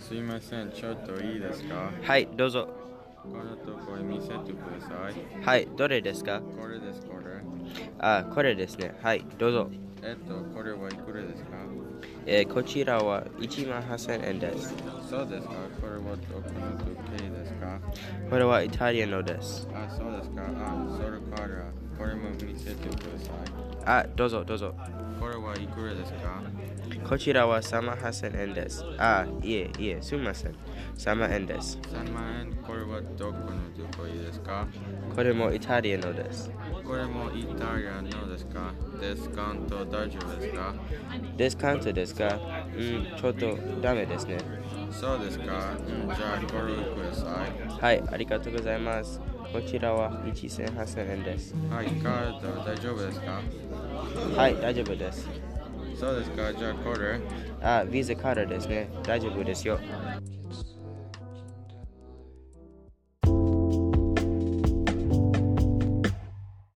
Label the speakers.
Speaker 1: すいません、ちょっといいですか
Speaker 2: はい、どうぞ。
Speaker 1: このところ見せてください。
Speaker 2: はい、どれですか
Speaker 1: これです、これ。
Speaker 2: あ、これですね。はい、どうぞ。
Speaker 1: えっと、これはいくらですか
Speaker 2: えーこちらは1万8000円です。
Speaker 1: そうですか、これはどこの時計ですか
Speaker 2: これはイタリアのです。
Speaker 1: あ、そうですか。あ、それから、これも見せてください。
Speaker 2: あ、どうぞどうぞ。
Speaker 1: これはいくらですか
Speaker 2: こちらは3万8000円です。あ、いえいえ、すみません。3万円です。
Speaker 1: ?3 万円、これはどこのどこいですか
Speaker 2: これもイタリアのです。
Speaker 1: これもイタリアのですかデスカウント大丈夫ですか
Speaker 2: ディスカウントですかうん、ちょっとダメですね。
Speaker 1: そうですか、うん、じゃあこれをください。
Speaker 2: はい、ありがとうございます。こちらは18,000円です。
Speaker 1: はい、カード大丈夫ですか
Speaker 2: はい、大丈夫です。
Speaker 1: そうですか、じゃあこれ。
Speaker 2: あ、ビザカードですね。大丈夫ですよ。